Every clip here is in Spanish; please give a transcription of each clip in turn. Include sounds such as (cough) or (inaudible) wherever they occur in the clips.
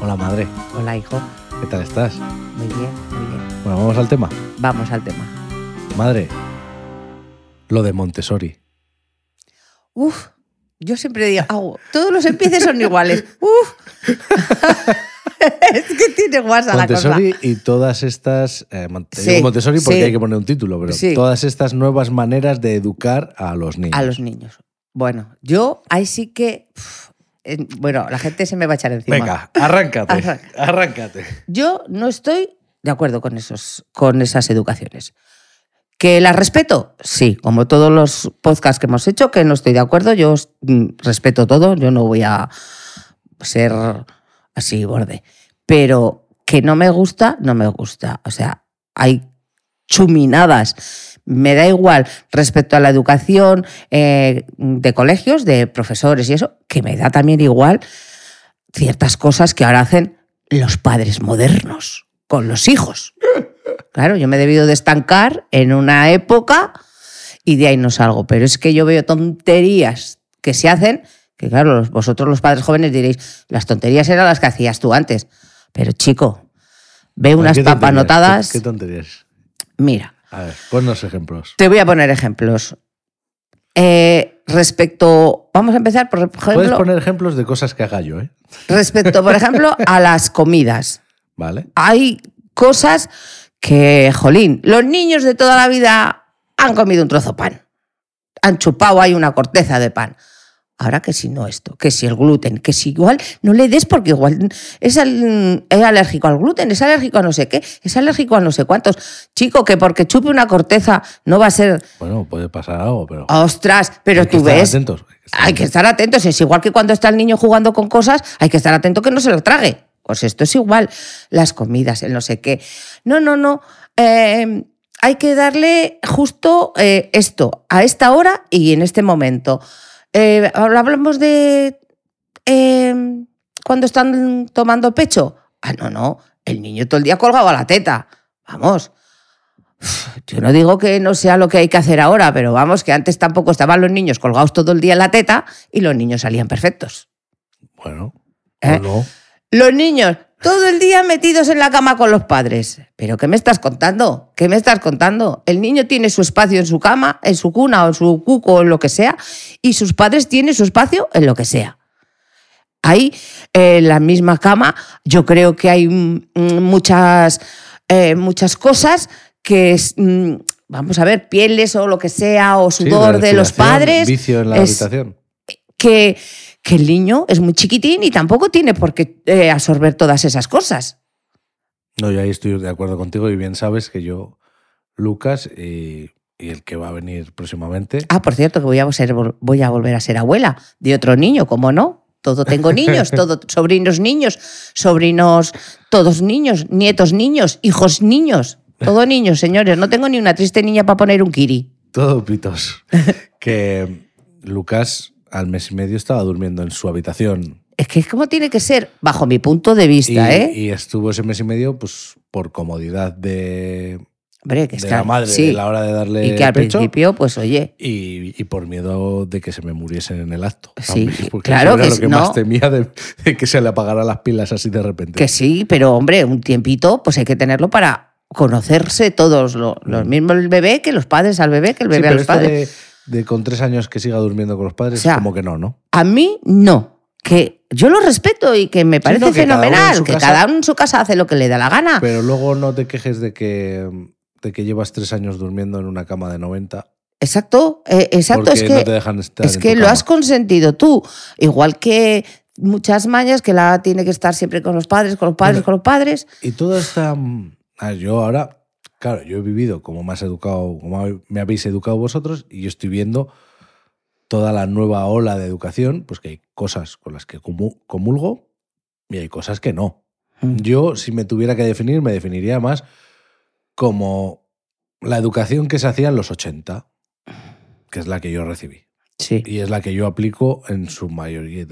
Hola madre, Hola, hijo. ¿qué tal estás? Muy bien, muy bien. Bueno, vamos al tema. Vamos al tema. Madre, lo de Montessori. Uf, yo siempre digo, "Au, todos los empieces (laughs) son iguales. Uf. (laughs) es que tiene guasa la cosa. Montessori y todas estas... eh, Mon- te Sí, digo Montessori porque sí. hay que poner un título, pero Sí. todas estas nuevas maneras de educar a los niños. A los niños. Bueno, yo ahí sí que. uf, eh, bueno, la gente se me va a echar encima. Venga, arráncate, Arranca. arráncate. Yo no estoy de acuerdo con, esos, con esas educaciones. ¿Que las respeto? Sí, como todos los podcasts que hemos hecho, que no estoy de acuerdo, yo os- mm, respeto todo, yo no voy a ser así borde. Pero que no me gusta, no me gusta. O sea, hay chuminadas. Me da igual respecto a la educación eh, de colegios, de profesores y eso, que me da también igual ciertas cosas que ahora hacen los padres modernos con los hijos. Claro, yo me he debido de estancar en una época y de ahí no salgo. Pero es que yo veo tonterías que se hacen, que claro, los- vosotros los padres jóvenes diréis, las tonterías eran las que hacías tú antes. Pero chico, ve unas ¿Qué tonterías? papanotadas. ¿Qué, qué tonterías? Mira, A ver, ponnos ejemplos. te voy a poner ejemplos. Eh, respecto, vamos a empezar por Puedes ejemplo, poner ejemplos de cosas que haga yo, ¿eh? respecto, (laughs) por ejemplo, a las comidas. ¿Vale? Hay cosas que, jolín, los niños de toda la vida han comido un trozo de pan, han chupado ahí una corteza de pan. Ahora que si no esto, que si el gluten, que si igual no le des porque igual es, al- es alérgico al gluten, es alérgico a no sé qué, es alérgico a no sé cuántos. Chico, que porque chupe una corteza no va a ser Bueno, puede pasar algo, pero... Ostras, Ah, pero hay que tú estar ves. atentos, hay que estar Hay que atentos. estar atentos. Es igual que cuando está el niño jugando con cosas, hay que estar atento que no se lo trague. Pues esto es igual. Las comidas, el no sé qué. No, no, no. Eh, hay que darle justo eh, esto, a esta hora y en este momento. Eh, hablamos de eh, cuando están tomando pecho. Ah, no, no. El niño todo el día colgado a la teta. Vamos. Uf, Yo no digo que no sea lo que hay que hacer ahora, pero vamos, que antes tampoco estaban los niños colgados todo el día en la teta y los niños salían perfectos. Bueno, ¿Eh? o no. Los niños todo el día metidos en la cama con los padres. ¿Pero qué me estás contando? ¿Qué me estás contando? El niño tiene su espacio en su cama, en su cuna o en su cuco o en lo que sea, y sus padres tienen su espacio en lo que sea. Ahí, eh, en la misma cama, yo creo que hay mm, mm, muchas, eh, muchas cosas que, es, mm, vamos a ver, pieles o lo que sea, o Sí, sudor de los respiración, padres Vicio en la es- habitación. que, que el niño es muy chiquitín y tampoco tiene por qué eh, absorber todas esas cosas. No, yo ahí estoy de acuerdo contigo y bien sabes que yo, Lucas y, y el que va a venir próximamente, Ah, por cierto, que voy a, ser- voy a volver a ser abuela de otro niño, ¿cómo no? Todo tengo (laughs) niños, todo, sobrinos niños, sobrinos, todos niños, nietos niños, hijos niños, todo niños, señores. No tengo ni una triste niña para poner un kiri. todo pitos, (laughs) que Lucas al mes y medio estaba durmiendo en su habitación Es que es como tiene que ser, bajo mi punto de y, vista, ¿eh? y estuvo ese mes y medio pues por comodidad de, Hombre, que es de que la al- madre, sí, de la hora de darle y que al pecho. principio, pues oye, Y, y por miedo de que se me muriesen en el acto. Sí, también, (laughs) porque claro eso era que lo sí, que no. más temía de, de que se le apagaran las pilas así de repente. Que sí, pero hombre, un tiempito, pues hay que tenerlo para conocerse todos, lo, lo mismo el bebé que los padres al bebé, que el Mm. Sí, bebé a pero los esto padres. De, de con tres años que siga durmiendo con los padres, O sea, como que no, ¿no? A mí no, que yo lo respeto y que me parece no, que cada uno en fenomenal, su que casa- Pues cada uno en su casa hace lo que le da la gana. Pero luego no te quejes de que, de que llevas tres años durmiendo en una cama de 90. exacto, eh, exacto, porque es que... no te dejan estar. Es en que tu lo cama. has consentido tú. Igual que muchas mañas que la tiene que estar siempre con los padres, con los padres, Bueno. con los padres. Y toda esta. mm, ah, Yo ahora, claro, yo he vivido como más educado, como hab- me habéis educado vosotros, y yo estoy viendo toda la nueva ola de educación, pues que hay cosas con las que comu- comulgo y hay cosas que no. Mm. Yo, si me tuviera que definir, me definiría más como la educación que se hacía en los 80, que es la que yo recibí. Sí. Y es la que yo aplico en su mayoría,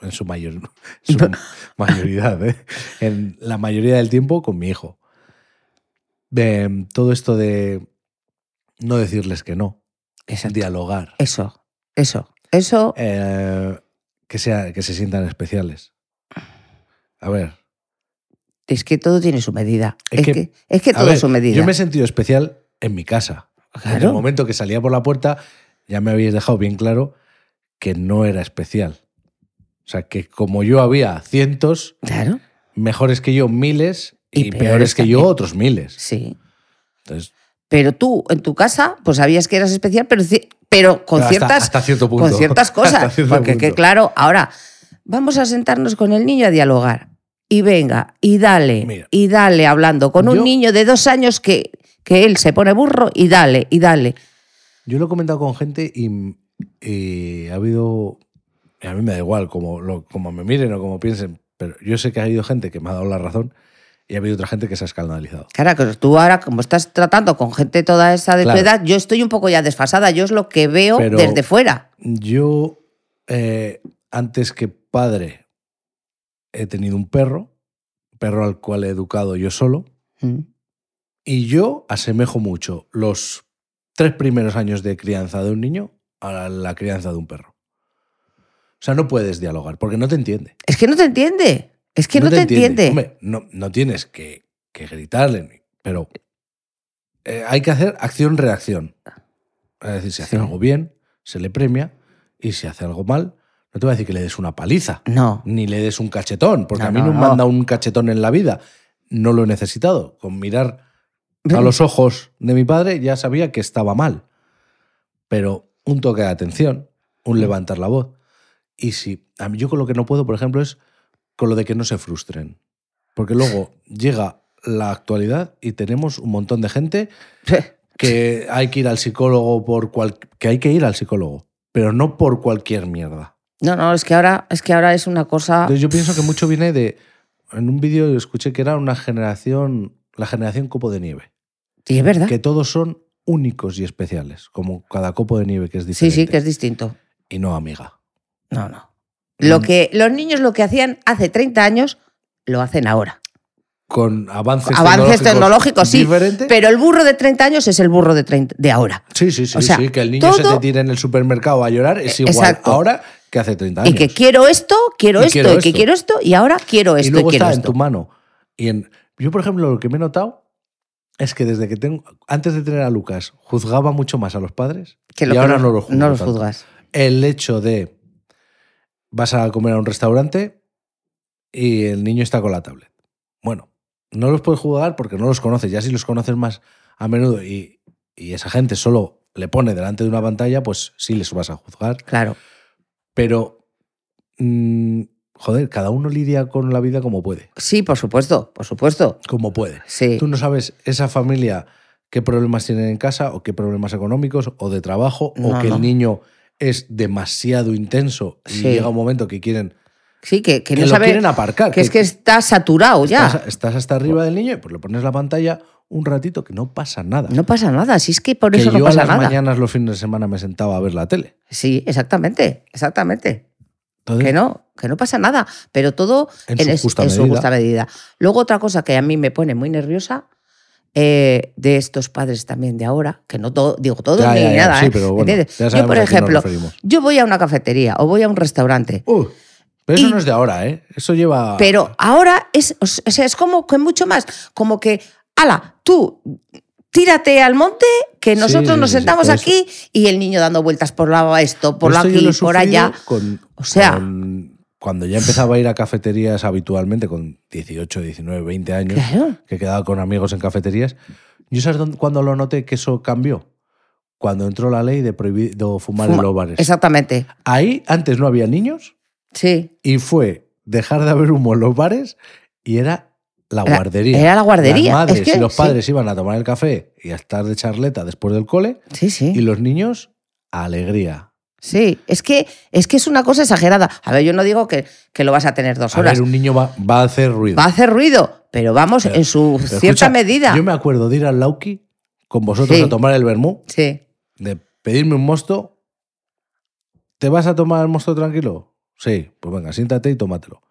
en su mayor (laughs) en su mayoridad, ¿eh? en la mayoría del tiempo con mi hijo. Em, todo esto de no decirles que no, Exacto. dialogar, Eso, eso, eso. eh, que, sea, que se sientan especiales. A ver, Es que todo tiene su medida. Es Es, que- que, es que A todo ver, es su medida. Yo me he sentido especial en mi casa. En el Claro. momento que salía por la puerta, ya me habéis dejado bien claro que no era especial. O sea, que como yo había cientos, Claro, mejores que yo miles y, Y peores, peores que yo también. otros miles. sí. Entonces, Pero tú, en tu casa, pues sabías que eras especial, pero, ci- pero con hasta- ciertas hasta cierto punto. con (laughs) ciertas Hasta cosas. cierto porque, que, punto. claro, ahora vamos a sentarnos con el niño a dialogar. Y venga, y dale, Mira. y dale hablando con un Yo- niño de dos años que, que él se pone burro y dale, y dale. Yo lo he comentado con gente y, y ha habido. y A mí me da igual como, lo, como me miren o como piensen, pero yo sé que ha habido gente que me ha dado la razón y ha habido otra gente que se ha escandalizado. Claro, que tú ahora, como estás tratando con gente toda esa de Claro. tu edad, yo estoy un poco ya desfasada. Yo es lo que veo Pero- desde fuera. Yo, eh, antes que padre, he tenido un perro, perro al cual he educado yo solo, Mm. y yo asemejo mucho los tres primeros años de crianza de un niño a la crianza de un perro. O sea, no puedes dialogar porque no te entiende. Es que no te entiende. Es que no, te, entiende. Hombre, no, no tienes que, que gritarle, ni- pero eh, hay que hacer acción-reacción. Es decir, si hace Sí. algo bien, se le premia, y si hace algo mal, no te voy a decir que le des una paliza, No. ni le des un cachetón, porque No, a mí no, no, me no. han dado un cachetón en la vida. No lo he necesitado. Con mirar a (laughs) los ojos de mi padre ya sabía que estaba mal. Pero un toque de atención, un levantar la voz. Y si a mí yo con lo que no puedo, por ejemplo, es con lo de que no se frustren. Porque (laughs) luego llega la actualidad y tenemos un montón de gente que hay que ir al psicólogo por cual que hay que ir al psicólogo, pero no por cualquier mierda. No, no, es que ahora es, que ahora es una cosa. Entonces yo pienso que mucho viene de en un vídeo escuché que era una generación la generación copo de nieve Y es verdad. que todos son únicos y especiales, como cada copo de nieve que es Sí, diferente. sí, que es distinto. Y no amiga. No, no. Lo Mm. que los niños lo que hacían hace 30 años lo hacen ahora. Con avances, Avances tecnológicos, sí, diferentes. Pero el burro de 30 años es el burro de 30 de ahora. sí, sí, sí, o sea, sí, que el niño se todo- te tire en el supermercado a llorar es igual Exacto. ahora que hace 30 años. Y que quiero esto, quiero Y esto, quiero y que esto. quiero esto, y ahora quiero Y esto, y, luego quiero está en esto. tu mano. Y en, yo, por ejemplo, lo que me he notado es que desde que tengo antes de tener a Lucas juzgaba mucho más a los padres Que y que ahora no los juzgo no los tanto. juzgas. el hecho de vas a comer a un restaurante y el niño está con la tablet. Bueno, no los puedes jugar porque no los conoces. Ya si los conoces más a menudo y, y esa gente solo le pone delante de una pantalla, pues sí les vas a juzgar. Claro. Pero, mm, joder, cada uno lidia con la vida como puede. Sí, por supuesto, por supuesto. Como puede. Sí. Tú no sabes esa familia qué problemas tienen en casa o qué problemas económicos o de trabajo o No, que no. el niño es demasiado intenso y Sí. llega un momento que quieren Sí, que, que, que no lo sabe. quieren aparcar. Que es que está saturado ya. estás, estás hasta arriba del niño y pues le pones la pantalla un ratito que no pasa nada. No pasa nada, si es que por que eso yo no pasa a las nada. mañanas los fines de semana me sentaba a ver la tele. Sí, exactamente, exactamente. Entonces, Que no, que no pasa nada, pero todo Mm. En su es- justa en su medida. justa medida. Luego otra cosa que a mí me pone muy nerviosa eh, de estos padres también de ahora, que no todo, digo todo Ya, ni ya, ya, nada, sí, ¿eh? pero bueno, ¿Entiendes? ya yo sabemos por a qué nos ejemplo, referimos. yo voy a una cafetería o voy a un restaurante, Uh, pero eso Y- no es de ahora, ¿eh? Eso lleva... pero ahora es, o sea, es como que mucho más, como que, ala, tú tírate al monte que Sí, nosotros sí, nos sí, sí, sentamos pero eso- aquí y el niño dando vueltas por la esto, por la Esto yo aquí, lo he por sufrido allá. Con, O sea- con- cuando ya empezaba a ir a cafeterías habitualmente, con 18, 19, 20 años, Claro. que quedaba con amigos en cafeterías, ¿yo sabes dónde- cuándo lo noté que eso cambió? Cuando entró la ley de prohibido fumar en Fuma- los bares. Exactamente. Ahí antes no había niños Sí. y fue dejar de haber humo en los bares y era la Era- guardería. era la guardería. Las madres Es que- y los sí. padres iban a tomar el café y a estar de charleta después del cole Sí, sí. y los niños a alegría. Sí, es que, es que es una cosa exagerada. A ver, yo no digo que, que lo vas a tener dos A horas. ver, un niño va, va a hacer ruido. Va a hacer ruido, pero vamos, Pero- en su Pero cierta escucha, medida. Yo me acuerdo de ir al Lauki con vosotros Sí. a tomar el vermú, Sí, de pedirme un mosto. ¿Te vas a tomar el mosto tranquilo? Sí, pues venga, siéntate y tómatelo.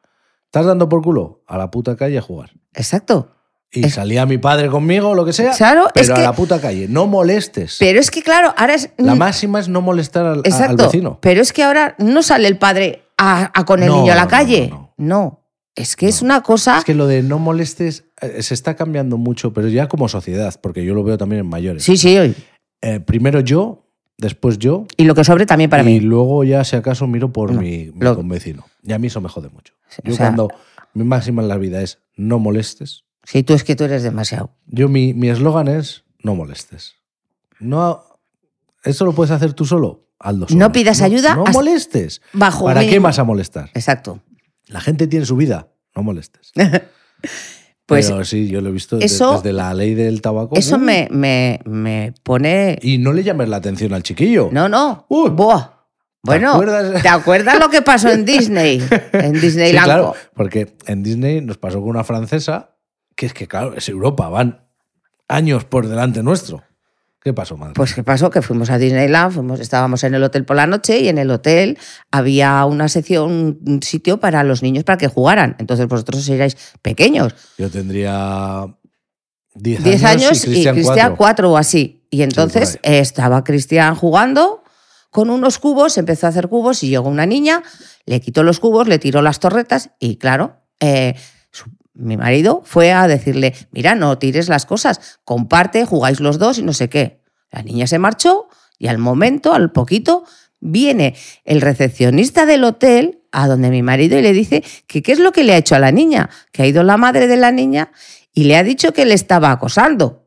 ¿Estás dando por culo? A la puta calle a jugar. exacto. Y Es- salía mi padre conmigo o lo que sea, Claro, pero es a que- la puta calle. No molestes. Pero es que, claro, ahora es. la mm, máxima es no molestar al, a- al Exacto. vecino. Pero es que ahora no sale el padre a, a con el No, niño a la no, no, calle. no, No. Es que es una cosa. Es que lo de no molestes eh, se está cambiando mucho, pero ya como sociedad, porque yo lo veo también en mayores. Sí, sí. oye. Eh, primero yo, después yo, Y lo que sobre también para y mí. luego ya si acaso miro por No, mi, mi lo- convecino. Y a mí eso me jode mucho. O Yo sea- cuando mi máxima en la vida es no molestes, Sí, tú es que tú eres demasiado. yo mi mi eslogan es no molestes. No, eso lo puedes hacer tú solo. Hazlo solo. No pidas ayuda No hasta- molestes. Bajo ¿Para mí- qué vas a molestar? Exacto. La gente tiene su vida. No molestes. (laughs) Pues Pero sí, yo lo he visto de- eso- desde la ley del tabaco. eso ¡uh! me, me, me pone. Y no le llames la atención al chiquillo. No, no. Uy. Buah. Bueno, acuerdas? ¿te acuerdas lo que pasó en Disney? En (laughs) Disney Sí, claro, porque en Disney nos pasó con una francesa que es que, claro, es Europa, van años por delante nuestro. ¿Qué pasó, madre? Pues qué pasó, que fuimos a Disneyland, fuimos, estábamos en el hotel por la noche y en el hotel había una sección, un sitio para los niños para que jugaran. Entonces vosotros erais pequeños, Yo tendría 10 10 años, años y Cristian 4. 4 o así. Y entonces por eh, estaba Cristian jugando con unos cubos, empezó a hacer cubos y llegó una niña, le quitó los cubos, le tiró las torretas y claro, eh, su- mi marido fue a decirle, mira, no tires las cosas, comparte, jugáis los dos y no sé qué. La niña se marchó y al momento, al poquito, viene el recepcionista del hotel a donde mi marido y le dice que qué es lo que le ha hecho a la niña, que ha ido la madre de la niña y le ha dicho que le estaba acosando,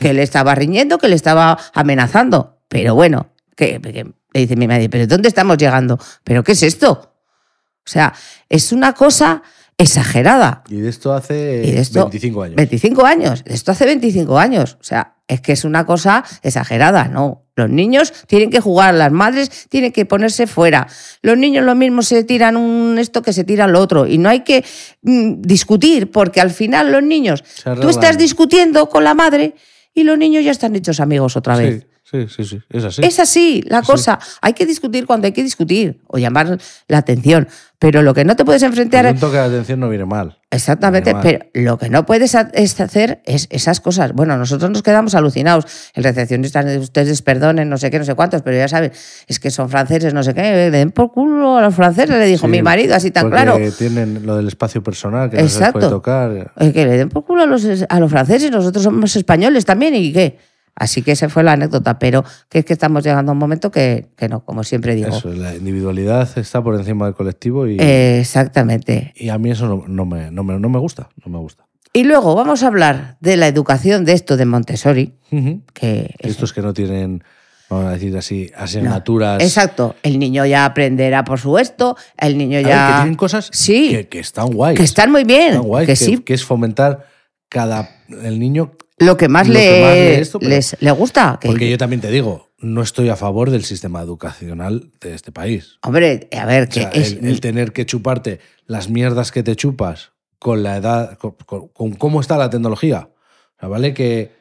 que le estaba riñendo, que le estaba amenazando. Pero bueno, que, que- le dice mi madre, pero ¿dónde estamos llegando? ¿Pero qué es esto? O sea, es una cosa exagerada. Y de esto hace Y de esto- 25 años. 25 años, esto hace 25 años. O sea, es que es una cosa exagerada, ¿no? Los niños tienen que jugar, las madres tienen que ponerse fuera. Los niños lo mismo se tiran un esto que se tiran lo otro. Y no hay que mm, discutir, porque al final los niños, Se tú arreglan. estás discutiendo con la madre y los niños ya están hechos amigos otra vez. sí, sí, sí, sí, es así. Es así la cosa. Hay que discutir cuando hay que discutir o llamar la atención. Pero lo que no te puedes enfrentar Un toque de atención no viene mal. Exactamente, Normal. pero lo que no puedes ha- es hacer es esas cosas. Bueno, nosotros nos quedamos alucinados. El recepcionista, "Eh, ustedes perdonen, no sé qué, no sé cuántos, pero ya saben, es que son franceses, no sé qué, eh, le den por culo a los franceses, le dijo Sí, mi marido, así tan porque claro. tienen lo del espacio personal que no se les Exacto. puede tocar. Eh, Que le den por culo a los, a los franceses, nosotros somos españoles también, ¿y qué? Así que esa fue la anécdota, pero que es que estamos llegando a un momento que, que no, como siempre digo. Eso, la individualidad está por encima del colectivo y, Eh, exactamente. y a mí eso no, no me, no, me, no me gusta. No me gusta. Y luego vamos a hablar de la educación de esto de Montessori, Ujú. que es Estos que no tienen, vamos a decir así, asignaturas. Exacto, el niño ya aprenderá por supuesto, el niño A ver, ya... que tienen cosas Sí. que, que están guays. que están muy bien, Están guays, que, que, sí, que es fomentar cada el niño. lo que más, lo le, que más le esto, pero- les, le gusta. que- Porque yo también te digo, no estoy a favor del sistema educacional de este país. Hombre, a ver, O que sea, Eh, es... el, el tener que chuparte las mierdas que te chupas con la edad, con, con- con cómo está la tecnología. O sea, vale que,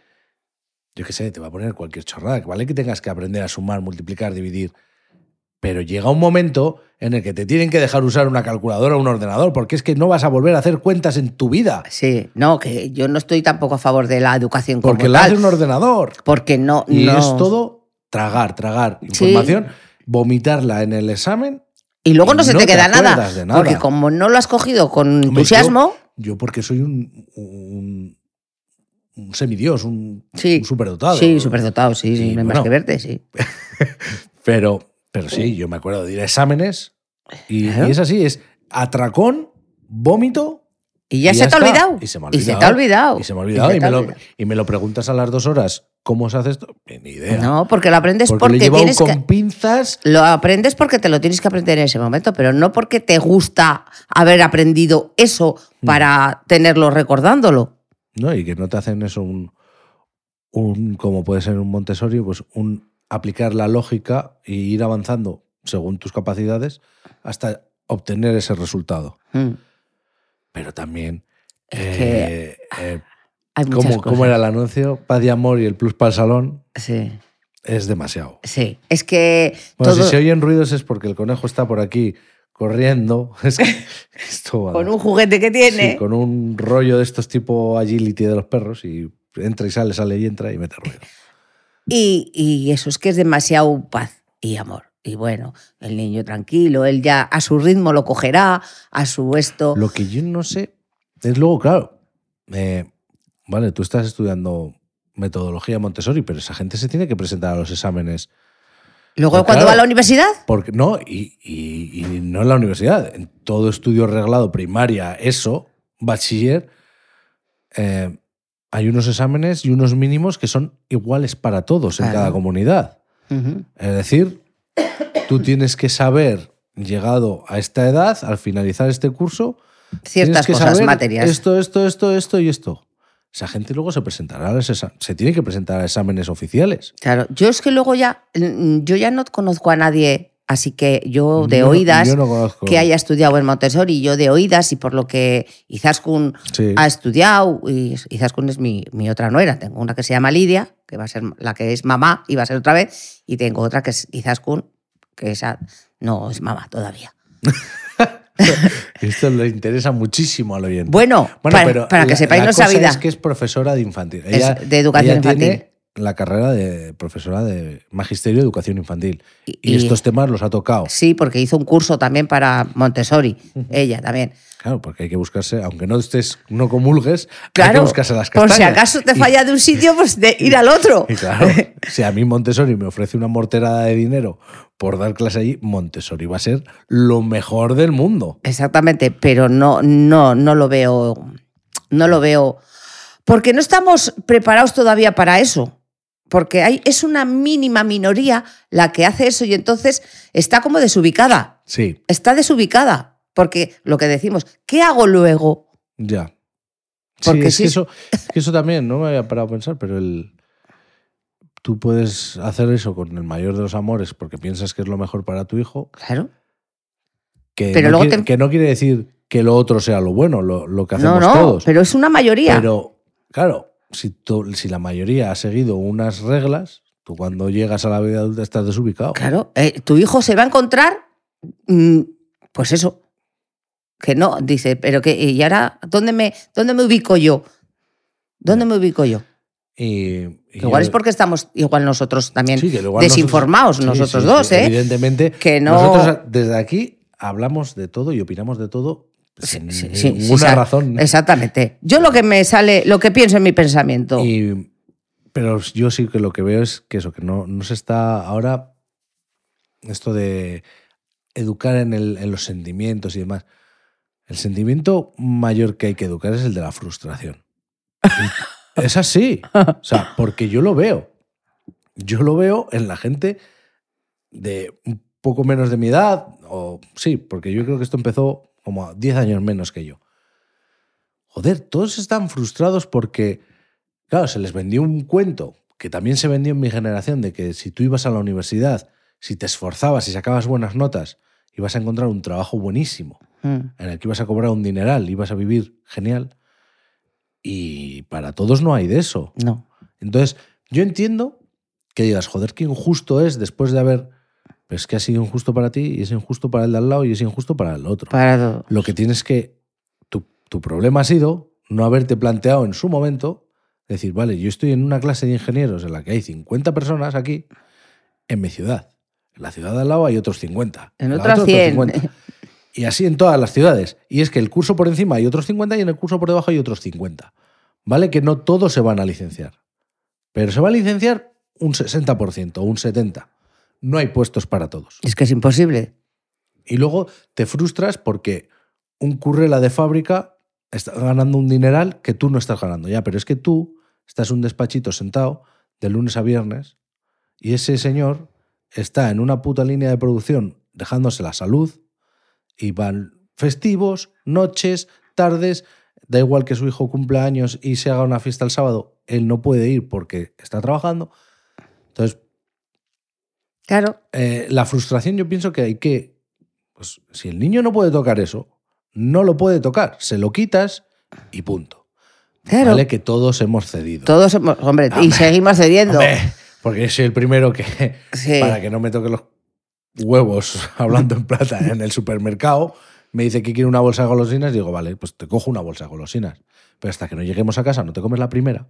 yo qué sé, te va a poner cualquier chorrada, que vale que tengas que aprender a sumar, multiplicar, dividir. Pero llega un momento en el que te tienen que dejar usar una calculadora o un ordenador, porque es que no vas a volver a hacer cuentas en tu vida. Sí, no, que yo no estoy tampoco a favor de la educación como Porque lo tal, hace un ordenador. porque no... Y no- es todo tragar, tragar Sí. información, vomitarla en el examen Y luego no, y se no te te queda nada, acuerdas de nada. porque como no lo has cogido con Hombre, entusiasmo, Yo porque soy un, un, un semidios, un, Sí. un superdotado. sí, superdotado, sí, sí, Sí, no hay más bueno. que verte, sí. Pero, pero sí, yo me acuerdo de ir a exámenes y, Claro. y es así, es atracón, vómito. Y ya, y se te ha está. olvidado. Y se me ha te ha olvidado. olvidado. Y se me ha olvidado. se Y, te ha me lo, olvidado. y me lo preguntas a las dos horas, ¿cómo se hace esto? Ni idea. No, porque lo aprendes porque, porque, lo he llevado tienes con que... pinzas. Lo aprendes porque te lo tienes que aprender en ese momento, pero no porque te gusta haber aprendido eso para tenerlo recordándolo. ¿no? Y que no te hacen eso un, un como puede ser un Montessori, pues un aplicar la lógica e ir avanzando según tus capacidades hasta obtener ese resultado. Mm. Pero también que eh, eh, Hay muchas ¿cómo, cosas. cómo era el anuncio? Paz y amor y el plus para el salón Sí, es demasiado. sí. Es que Bueno, todo si se oyen ruidos es porque el conejo está por aquí corriendo. (laughs) Es que esto va- con un juguete que sí, tiene. con un rollo de estos tipo agility de los perros y entra y sale, sale y entra y mete ruido. y, y eso es que es demasiado paz y amor. Y bueno, el niño tranquilo, él ya a su ritmo lo cogerá, a su esto. Lo que yo no sé es luego, claro, eh, vale, tú estás estudiando metodología Montessori, pero esa gente se tiene que presentar a los exámenes. Luego Pues cuando claro. va a la universidad, Porque, no, y, y- y no en la universidad, en todo estudio reglado, primaria, eso, bachiller, eh, hay unos exámenes y unos mínimos que son iguales para todos en Claro. cada comunidad. ujú, Es decir, tú tienes que saber, llegado a esta edad, al finalizar este curso, tienes ciertas que cosas, saber materias. Esto, esto, esto, esto y esto. Esa gente luego se presentará a los exa- se tiene que presentar a exámenes oficiales. Claro, yo es que luego ya, mm, yo ya no conozco a nadie, así que yo de Yo no- oídas yo no conozco. que haya estudiado en Montessori, yo de oídas y por lo que Izaskun Sí. ha estudiado, y Izaskun es mi, mi otra nuera, tengo una que se llama Lidia, que va a ser la que es mamá y va a ser otra vez, y tengo otra que es Izaskun, que esa no es mamá todavía. Esto le interesa muchísimo al oyente. Bueno, Bueno, para, pero para que la- sepáis la nuestra cosa vida. Es que es profesora de infantil. Es Ella, de educación ella infantil. Tiene la carrera de profesora de magisterio de educación infantil. Y, y- estos temas los ha tocado. Sí, porque hizo un curso también para Montessori, ella también. Claro, porque hay que buscarse, aaunque no estés, no comulgues, hay que Claro, buscarse las por castañas. si acaso te Y- falla de un sitio, pues de ir al otro. Y (laughs) claro, si a mí Montessori me ofrece una morterada de dinero por dar clase allí, Montessori va a ser lo mejor del mundo. Exactamente, pero no, no, no lo veo. No lo veo. Porque no estamos preparados todavía para eso. Porque hay, es una mínima minoría la que hace eso y entonces está como desubicada. Sí, Está desubicada. Porque lo que decimos, ¿qué hago luego? ya. sí, Porque es sí que es- eso, es que eso también no me había parado a pensar, pero el tú puedes hacer eso con el mayor de los amores porque piensas que es lo mejor para tu hijo, Claro. que, Pero no, luego quiere, te- que no quiere decir que lo otro sea lo bueno, lo, lo que No, hacemos no, todos. pero es una mayoría. Pero, claro, si, to- si la mayoría ha seguido unas reglas, tú cuando llegas a la vida adulta estás desubicado. Claro, eh, tu hijo se va a encontrar, mm, pues eso, que no, dice, pero que, ¿y ahora dónde me, dónde me ubico yo? ¿Dónde me ubico yo? Y, eh, y Que igual yo- es porque estamos igual nosotros también Sí, que igual desinformados, sí, nosotros, sí, dos, sí, ¿eh? Evidentemente. Que no- Nosotros ah, desde aquí hablamos de todo y opinamos de todo sin Sí, sí, sí, ninguna sa- razón. Exactamente. Yo lo que me sale, lo que pienso en mi pensamiento. Y- pero yo sí que lo que veo es que eso, que no, no se está ahora. Esto de educar en, el- en los sentimientos y demás. El sentimiento mayor que hay que educar es el de la frustración. Y es así. O sea, porque yo lo veo. Yo lo veo en la gente de un poco menos de mi edad, o sí, porque yo creo que esto empezó como a 10 años menos que yo. Joder, todos están frustrados porque, claro, se les vendió un cuento que también se vendió en mi generación de que si tú ibas a la universidad, si te esforzabas y sacabas buenas notas, ibas a encontrar un trabajo buenísimo, Mm. en el que ibas a cobrar un dineral, ibas a vivir genial. Y para todos no hay de eso. No. Entonces, yo entiendo que digas, joder, qué injusto es después de haber. Pero es que ha sido injusto para ti, y es injusto para el de al lado, y es injusto para el otro. Parado. Lo que tienes que. Tu, tu problema ha sido no haberte planteado en su momento decir, vale, yo estoy en una clase de ingenieros en la que hay 50 personas aquí en mi ciudad. En la ciudad de al lado hay otros 50. En la otra otros 100. Y así en todas las ciudades. Y es que el curso por encima hay otros 50 y en el curso por debajo hay otros 50. Vale que no todos se van a licenciar. Pero se va a licenciar un 60% o un 70%. No hay puestos para todos. Es que es imposible. Y luego te frustras porque un currela de fábrica está ganando un dineral que tú no estás ganando ya, pero es que tú estás en un despachito sentado de lunes a viernes y ese señor está en una puta línea de producción dejándose la salud y van festivos, noches, tardes, da igual que su hijo cumpla años y se haga una fiesta el sábado, él no puede ir porque está trabajando. Entonces, Claro. eh, la frustración yo pienso que hay que, pues, si el niño no puede tocar eso, no lo puede tocar, se lo quitas y punto. Claro. Vale que todos hemos cedido. Todos hemos- hombre, y seguimos cediendo. Hombre, porque soy el primero que, Sí. para que no me toque los huevos (laughs) hablando en plata en el supermercado, me dice que quiere una bolsa de golosinas, digo, vale, pues te cojo una bolsa de golosinas. Pero hasta que no lleguemos a casa no te comes la primera.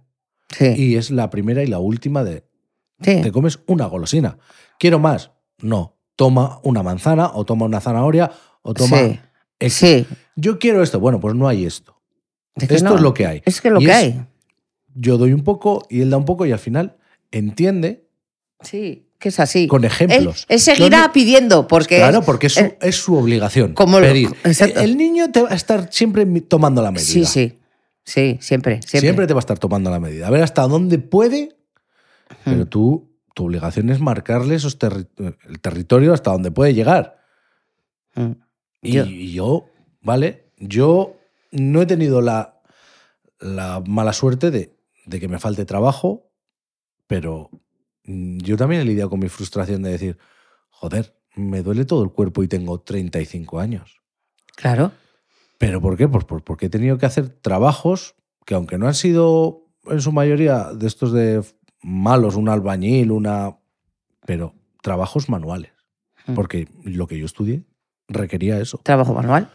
Sí. Y es la primera y la última de, sí. te comes una golosina. ¿Quiero más? No. toma una manzana o toma una zanahoria o toma... sí, X. sí. Yo quiero esto. Bueno, pues no hay esto. Es que esto no. es lo que hay. Es que lo Y que es- hay. Yo doy un poco y él da un poco y al final entiende Sí, que es así. con él, ejemplos. él seguirá Yo no- pidiendo porque Claro, porque es su, eh, es su obligación como lo- pedir. exacto. El niño te va a estar siempre mi- tomando la medida. sí, sí, sí, siempre, siempre. siempre. te va a estar tomando la medida. A ver hasta dónde puede, pero Mm. tú, tu obligación es marcarle esos terri- el territorio hasta donde puede llegar. Mm. Y Yo- yo, ¿vale? Yo no he tenido la, la mala suerte de, de que me falte trabajo, pero mm, yo también he lidiado con mi frustración de decir, joder, me duele todo el cuerpo y tengo 35 años. Claro. ¿Pero por qué? Pues, por- porque he tenido que hacer trabajos que aunque no han sido en su mayoría de estos de f- malos, un albañil, una... Pero trabajos manuales. Mm. Porque lo que yo estudié requería eso. Trabajo manual.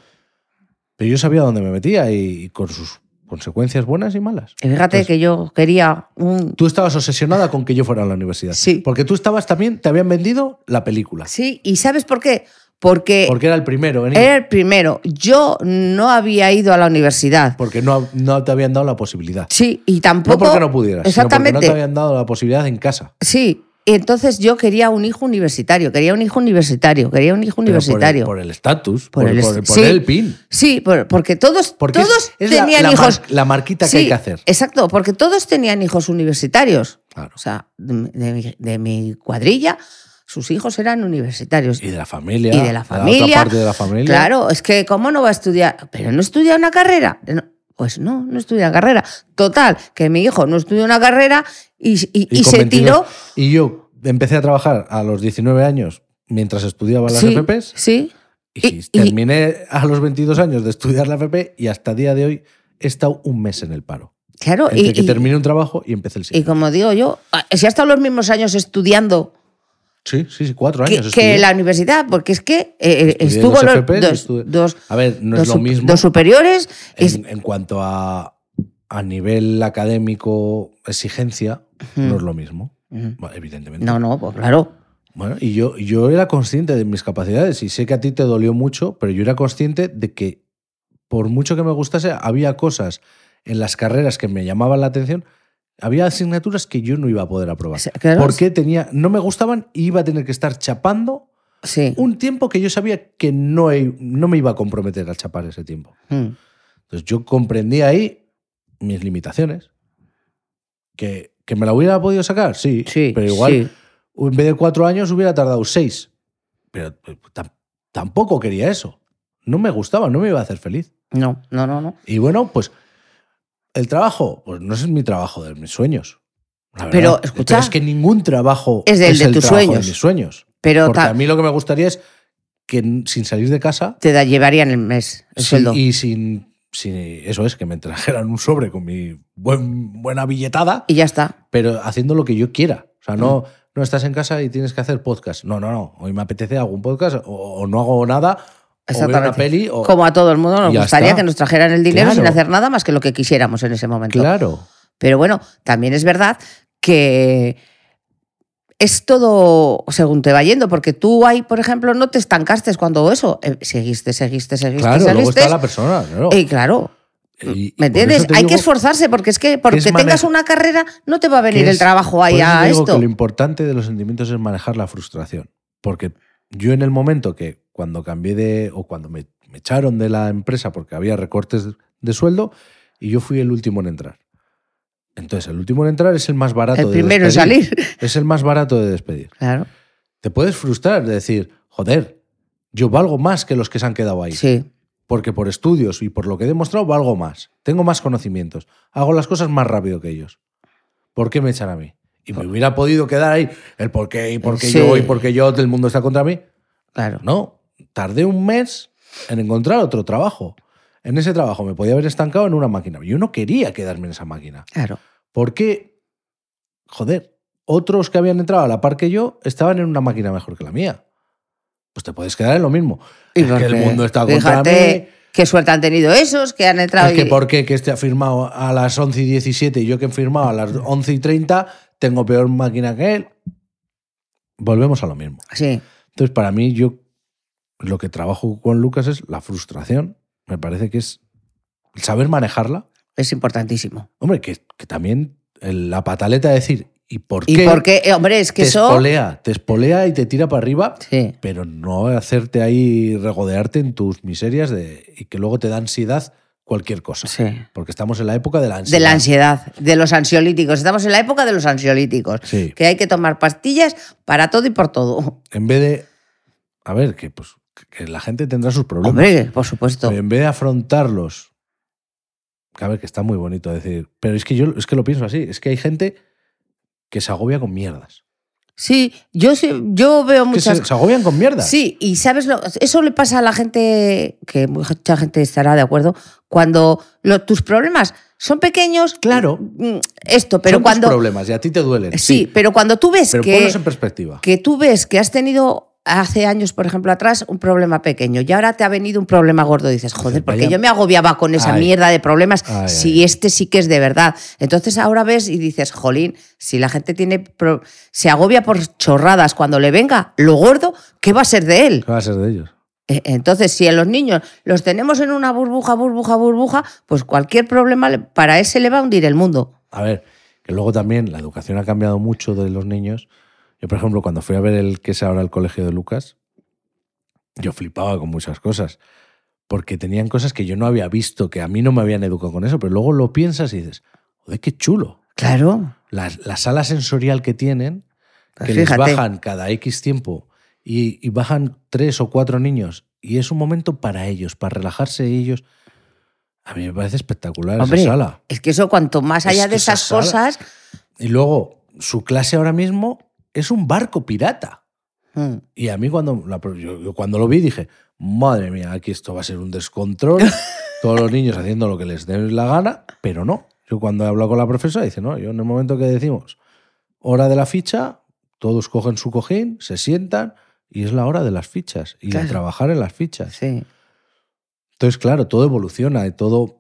Pero yo sabía dónde me metía y, y con sus consecuencias buenas y malas. Y fíjate Entonces- que yo quería un. Tú estabas obsesionada con que yo fuera a la universidad. Sí. Porque tú estabas también, te habían vendido la película. Sí, ¿y sabes por qué? Porque Porque era el primero, en ir, era el primero. Yo no había ido a la universidad. porque no, no te habían dado la posibilidad. Sí, y No tampoco. porque no pudieras, sino Exactamente. porque no te habían dado la posibilidad en casa. Sí. Y entonces yo quería un hijo universitario, quería un hijo universitario, quería un hijo Pero por el- universitario. Por el estatus, Por por, el por- est- por sí. el pin. Sí, por- porque todos, Porque es- todos es la- tenían la mar- hijos. la marquita que Sí, hay que hacer. Exacto, porque todos tenían hijos universitarios. Claro. O sea, de, mi- de mi, de mi cuadrilla, sus hijos eran universitarios. Y de la familia. Y de la familia. otra parte de la familia. Claro, es que ¿cómo no va a estudiar? Pero no estudia una carrera. No, Pues no, no estudia una carrera. Total, que mi hijo no estudió una carrera y, y- y con se 22. tiró. Y yo empecé a trabajar a los 19 años mientras estudiaba las sí, FPs. sí, Y, Y- terminé a los 22 años de estudiar la FP y hasta día de hoy he estado un mes en el paro. claro. Entre y- que y- terminé un trabajo y empecé el y siguiente. como digo yo, ah, si ha estado los mismos años estudiando Sí, sí, sí, cuatro que, años. que estudié. la universidad, porque es que eh, Estudié estuvo dos los FPs, dos, estudié- dos- A ver, no dos es lo sup- mismo dos superiores. es- en, en cuanto a, a nivel académico, exigencia, no es lo mismo, Mm. Bueno, evidentemente. no, no, pues claro. Bueno, y yo, yo era consciente de mis capacidades y sé que a ti te dolió mucho, pero yo era consciente de que por mucho que me gustase, había cosas en las carreras que me llamaban la atención, había asignaturas que yo no iba a poder aprobar. Sí, claro. Porque tenía, no me gustaban y iba a tener que estar chapando Sí. un tiempo que yo sabía que no, he- no me iba a comprometer a chapar ese tiempo. Mm. Entonces yo comprendí ahí mis limitaciones. Que, que me la hubiera podido sacar, sí, Sí, pero igual sí. en vez de cuatro años hubiera tardado seis. Pero eh, tam- tampoco quería eso. No me gustaba, no me iba a hacer feliz. No, no, no, no. Y bueno, pues el trabajo, pues no es mi trabajo de mis sueños. la verdad. Pero, escucha, es que ningún trabajo es del de el tus trabajo sueños. de mis sueños. Pero Porque ta- a mí lo que me gustaría es que n- sin salir de casa te da, llevarían el mes, el sin- sueldo. y sin, sin- eso es que me (laughs) trajeran un sobre con mi buen, buena billetada Y ya está. pero haciendo lo que yo quiera. O sea, Mm. no, no estás en casa y tienes que hacer podcast. No, no, no. Hoy me apetece hago un podcast o, o no hago nada. O veo una Exactamente. peli. O... Como a todo el mundo nos Oh. Ya gustaría está. que nos trajeran el dinero sin Claro. hacer nada más que lo que quisiéramos en ese (laughs) momento. Claro. Pero bueno, también es verdad que es todo según te va yendo, porque tú ahí, por ejemplo, no te estancaste cuando eso, eh, seguiste, seguiste, seguiste, Claro, luego seguiste. está la persona. Claro. Y claro, Y- Eh, ¿me y por eso entiendes? te Hay digo que esforzarse, porque es que porque es tengas maneja- una carrera no te va a venir que el es- trabajo ahí por eso a te digo esto. que lo importante de los sentimientos es manejar la frustración. Porque yo en el momento que cuando cambié de. o cuando me, me echaron de la empresa porque había recortes de sueldo y yo fui el último en entrar. Entonces, el último en entrar es el más barato El de primero en despedir. (laughs) salir. Es el más barato de despedir. Claro, te puedes frustrar de decir, joder, yo valgo más que los que se han quedado ahí. sí. Porque por estudios y por lo que he demostrado, valgo más. Tengo más conocimientos. Hago las cosas más rápido que ellos. ¿Por qué me echan a mí? Y me hubiera podido quedar ahí el por qué, y por qué Sí. yo, y por qué yo, el mundo está contra mí. Claro. No, tardé un mes en encontrar otro trabajo. En ese trabajo me podía haber estancado en una máquina. Yo no quería quedarme en esa máquina. Claro. Porque, joder, otros que habían entrado a la par que yo estaban en una máquina mejor que la mía. Pues te puedes quedar en lo mismo. Y es que el porque, mundo está contra fíjate mí. qué suerte han tenido esos que han entrado Es que y- por qué que este ha firmado a las 11 y 17 y yo que he firmado a las Mm. 11 y 30 tengo peor máquina que él. Volvemos a lo mismo. Sí, Entonces, para mí, yo lo que trabajo con Lucas es la frustración. Me parece que es saber manejarla. Es importantísimo. Hombre, que, que también el- la pataleta de decir, ¿y por Y qué? porque, eh, hombre, es que te eso. espolea, te espolea y te tira para arriba, Sí. pero no hacerte ahí regodearte en tus miserias de, y que luego te da ansiedad cualquier cosa. Sí. Porque estamos en la época de la ansiedad. De la ansiedad, de los ansiolíticos. Estamos en la época de los ansiolíticos. Sí. Que hay que tomar pastillas para todo y por todo. En vez de. A ver, que pues que la gente tendrá sus problemas. Hombre, por supuesto. Pero en vez de afrontarlos. que A ver, que está muy bonito decir. Pero es que yo es que lo pienso así. Es que hay gente que se agobia con mierdas. Sí, yo, sí- yo veo Que muchas se, se agobian con mierdas. Sí, y sabes, lo, eso le pasa a la gente, que mucha gente estará de acuerdo, cuando lo- tus problemas son pequeños. Claro. mm, Esto, Pero pero cuando. problemas y a ti te duelen. Sí, pero cuando tú ves Pero que, ponlos en perspectiva. que tú ves que has tenido hace años, por ejemplo, atrás, un problema pequeño y ahora te ha venido un problema gordo, dices, joder, porque vaya- yo me agobiaba con esa Ay. mierda de problemas Ay, si ay, ay. este sí que es de verdad. Entonces ahora ves y dices, jolín, si la gente tiene pro- se agobia por chorradas cuando le venga lo gordo, ¿qué va a ser de él? ¿Qué va a ser de ellos? Eh, Entonces, si a los niños los tenemos en una burbuja, burbuja, burbuja, pues cualquier problema le- para ese le va a hundir el mundo. A ver, que luego también la educación ha cambiado mucho de los niños. Yo, por ejemplo, cuando fui a ver el que es ahora el colegio de Lucas, yo flipaba con muchas cosas. Porque tenían cosas que yo no había visto, que a mí no me habían educado con eso. Pero luego lo piensas y dices, joder, qué chulo. Claro. Las- La, sala sensorial que tienen, Pues que fíjate. les bajan cada X tiempo y, y bajan tres o cuatro niños. Y es un momento para ellos, para relajarse ellos. A mí me parece espectacular Hombre, esa sala. es que eso cuanto más Es allá que de esas esa sala- cosas... Y luego, su clase ahora mismo es un barco pirata. Mm. Y a mí cuando, la- yo- yo cuando lo vi dije, madre mía, aquí esto va a ser un (laughs) descontrol, todos los niños haciendo lo que les dé la gana, pero no. Yo cuando he hablado con la profesora, dice, no, yo en el momento que decimos hora de la ficha, todos cogen su cojín, se sientan y es la hora de las fichas y Claro. de trabajar en las fichas. Sí. Entonces, claro, todo evoluciona y todo...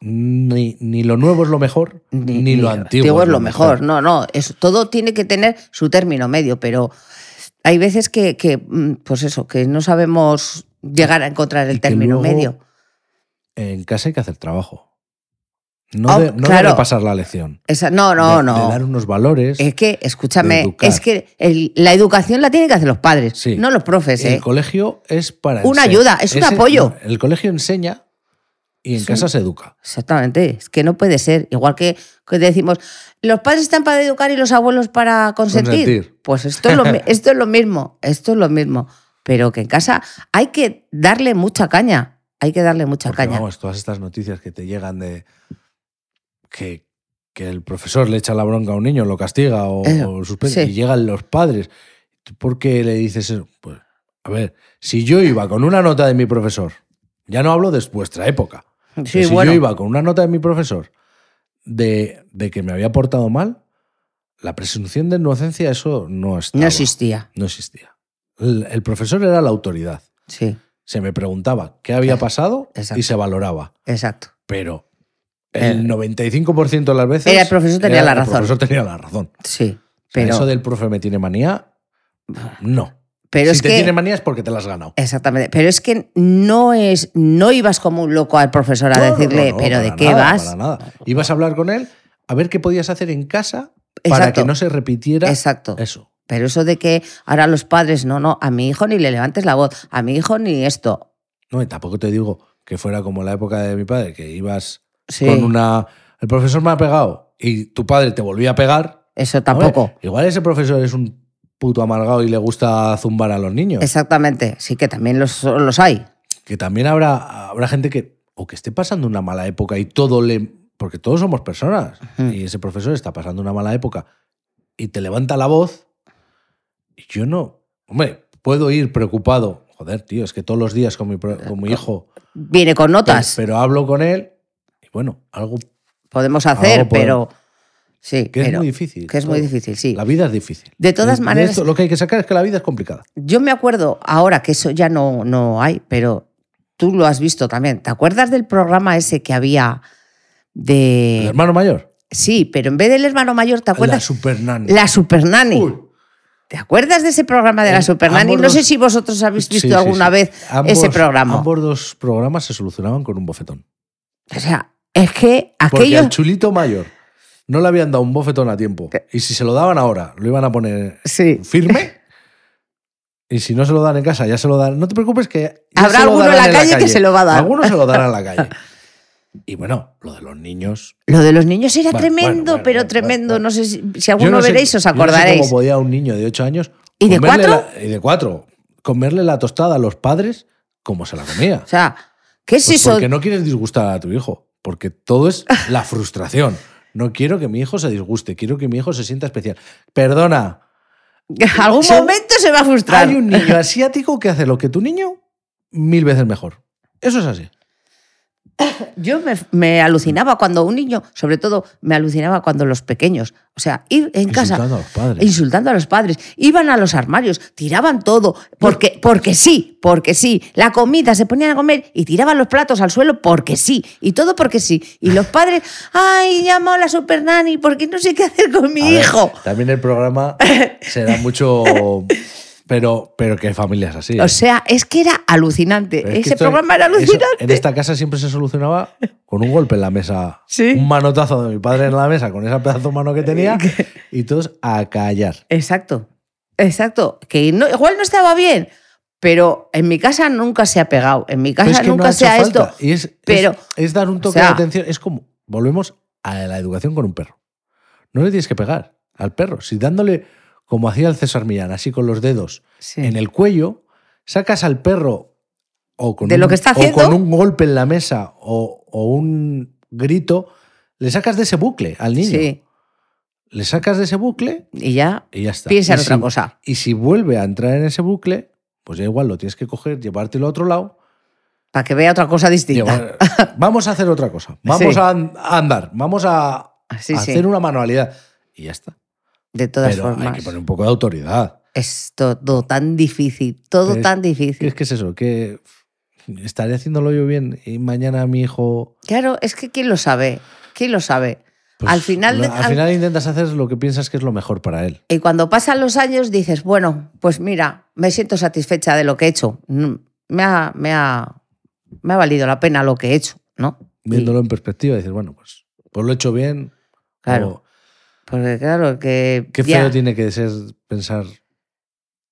Ni, ni lo nuevo es lo mejor, ni, lo antiguo, es lo mejor. No, no, eso, todo tiene que tener su término medio, pero hay veces que, que, mm, pues eso, que no sabemos llegar a encontrar el Y que término luego medio. En casa hay que hacer trabajo. No, Ah, de, no claro. de repasar la lección. Esa- no, no, de, no. de dar unos valores. Es que, de escúchame, educar. es que el- la educación la tienen que hacer los padres, Sí. no los profes. ¿eh? El colegio es para... Una ense- ayuda, es un apoyo. no, el colegio enseña y en Sí. casa se educa. Exactamente, es que no puede ser. Igual que, que decimos, los padres están para educar y los abuelos para consentir. Consentir. Pues esto es, lo, (laughs) mi- esto es lo mismo, esto es lo mismo. Pero que en casa hay que darle mucha caña, hay que darle mucha Porque, caña. vamos, todas estas noticias que te llegan de que, que el profesor le echa la bronca a un niño, lo castiga o, Eso, o suspende, Eh, sí. y llegan los padres. ¿Tú ¿Por qué le dices eso? Pues, a ver, si yo iba con una nota de mi profesor, ya no hablo de vuestra época, Sí, Pero si bueno, yo iba con una nota de mi profesor de, de que me había portado mal, la presunción de inocencia, eso no estaba. no existía. No existía. El, el profesor era la autoridad. Sí, Se me preguntaba qué había Claro. pasado Exacto. y se valoraba. exacto. Pero el 95% de las veces. Era el profesor tenía la razón. El profesor tenía la razón. Sí, Pero, pero, eso del profe me tiene manía, no. si pero es te que. tiene manía es porque te la has ganado. Exactamente, pero es que no es, no ibas como un loco al profesor a No, no, decirle, no, no, pero de para qué nada, vas. Para nada. Ibas a hablar con él a ver qué podías hacer en casa para Exacto. que no se repitiera Exacto. eso. Pero eso de que ahora los padres, no, no, a mi hijo ni le levantes la voz, a mi hijo ni esto. No, y tampoco te digo que fuera como la época de mi padre, que ibas Sí, con una. El profesor me ha pegado y tu padre te volvía a pegar. eso tampoco. Hombre, igual ese profesor es un puto amargado y le gusta zumbar a los niños. Exactamente, sí que también los, los hay. Que también habrá, habrá gente que. O que esté pasando una mala época y todo le. Porque todos somos personas. Ujú. Y ese profesor está pasando una mala época y te levanta la voz. Y yo no. Hombre, puedo ir preocupado. Joder, tío, es que todos los días con mi, pro- con mi hijo. Viene con Pero, Eh, notas, pero hablo con él y bueno, algo podemos algo hacer, podemos. pero... Sí, que es pero- muy difícil. que es muy todo. difícil, sí. La vida es difícil. De todas maneras- esto lo que hay que sacar es que la vida es complicada. Yo me acuerdo ahora que eso ya no, no hay, pero tú lo has visto también. ¿Te acuerdas del programa ese que había El de... hermano mayor. Sí, pero en vez del hermano mayor, ¿te La acuerdas? super nanny. La, Super Nanny. Uy, ¿Te acuerdas de ese programa de Eh, la Super Nanny? ambos No sé los- si vosotros habéis visto Sí, sí, alguna sí. vez Ambos- ese programa. Ambos dos programas se solucionaban con un bofetón. O sea, es que Porque aquello. al chulito mayor no le habían dado un bofetón a tiempo. ¿Qué? Y si se lo daban ahora, lo iban a poner Sí. (laughs) firme. y si no se lo dan en casa, ya se lo dan. No te preocupes que. ya Habrá se lo alguno en darán la calle que se lo va a dar. Algunos se lo darán en (laughs) la calle. Y bueno, lo de los niños. Lo de los niños era Bueno, tremendo, bueno, bueno, pero bueno, tremendo. bueno. No sé si, si Yo alguno no sé- veréis, os yo no sé acordaréis. cómo podía un niño de 8 años. ¿Y de comerle cuatro? la- y de cuatro. Comerle la tostada a los padres como se la comía. o sea, ¿qué es Pues eso? Porque no quieres disgustar a tu hijo. Porque todo es la frustración. No quiero que mi hijo se disguste. Quiero que mi hijo se sienta especial. Perdona. (laughs) Algún Según- momento se va a frustrar. Hay un niño asiático que hace lo que tu niño mil veces mejor. Eso es así. Yo me, me alucinaba cuando un niño, sobre todo me alucinaba cuando los pequeños, o sea, ir en casa Insultando a los padres. insultando a los padres, iban a los armarios, tiraban todo, porque, porque sí, porque sí, la comida se ponían a comer y tiraban los platos al suelo porque sí, y todo porque sí. Y (laughs) los padres, ay, llamo a la super nanny porque no sé qué hacer con mi A ver, hijo. también el (laughs) programa será mucho. Pero, pero que hay familias así. ¿eh? O sea, es que era alucinante. Pero es que Ese esto- programa era eso- alucinante. en esta casa siempre se solucionaba con un golpe en la mesa. Sí. Un manotazo de mi padre en la mesa con esa pedazo de mano que (laughs) tenía y todos a callar. Exacto, exacto. Que no- igual no estaba bien, pero en mi casa nunca se ha pegado, en mi Pero casa es que no nunca ha hecho se ha falta. esto. Y es, es- pero, es dar un toque o sea, de atención. Es como, volvemos a la educación con un perro. No le tienes que pegar al perro. Si dándole, como hacía el César Millán, así con los dedos Sí. en el cuello, sacas al perro o con, De un, lo que está o haciendo. con un golpe en la mesa o, o un grito, le sacas de ese bucle al niño. Sí, Le sacas de ese bucle y ya y ya está. piensa en Y otra si- cosa. Y si vuelve a entrar en ese bucle, pues ya igual lo tienes que coger, llevártelo a otro lado. Para que vea otra cosa distinta. llevar- vamos a hacer otra cosa. Vamos Sí. a, an- a andar. Vamos a, (laughs) Sí, a sí. hacer una manualidad. Y ya está. De todas Pero hay formas, que poner un poco de autoridad. es todo tan difícil, todo Pero es- tan ¿Qué difícil. es que es eso? Que estaré haciéndolo yo bien y mañana mi hijo. Claro, es que quién lo sabe, quién lo sabe. pues, Al final de- lo- al al- final intentas hacer lo que piensas que es lo mejor para él. Y cuando pasan los años dices, bueno, pues mira, me siento satisfecha de lo que he hecho. Mm, Me ha, me ha, me ha valido la pena lo que he hecho, ¿no? Y, Viéndolo en perspectiva, decir, bueno, pues, pues lo he hecho bien. Claro. o- porque claro, que Qué ya- feo tiene que ser pensar,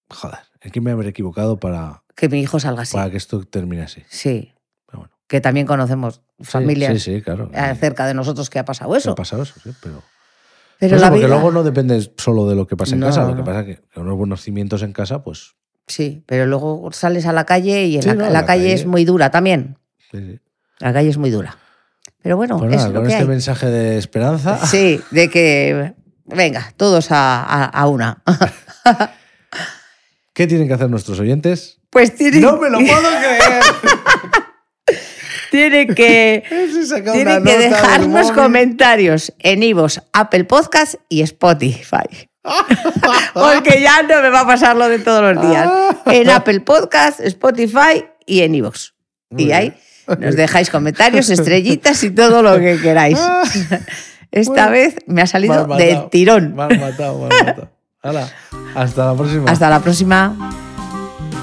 joder, aquí me habré equivocado para, que mi hijo salga así. para que esto termine así. Sí, Pero bueno. que también conocemos Sí, familias eh, Sí, sí, claro. cerca de nosotros que ha pasado Me eso. ha pasado eso, sí, pero. Pero Por eso, la porque vida... luego no depende solo de lo que pasa en No, casa, no, lo que no. pasa es que con unos buenos cimientos en casa, pues. Sí, pero luego sales a la calle y en Sí, la, no, la la calle, es calle. muy dura también. sí, sí. La calle es muy dura. Pero bueno, eh, Pues es nada, lo con que este hay. mensaje de esperanza. (laughs) Sí, de que venga, todos a, a- a una. (laughs) ¿Qué tienen que hacer nuestros oyentes? Pues tiene, ¡No me lo puedo creer! (laughs) (laughs) tiene que, Se saca una tiene que nota del dejarnos móvil. (laughs) comentarios en Ivos, Apple Podcast (laughs) y Spotify. Porque ya no me va a pasar lo de todos los días. En Apple Podcast, Spotify y en Ivos. Muy Y bien. ahí nos dejáis comentarios, estrellitas y todo lo que queráis. Esta Ah, Bueno. vez me ha Me has salido matado. del tirón. Me has matado, me has matado. Hala, hasta la próxima. Hasta la próxima.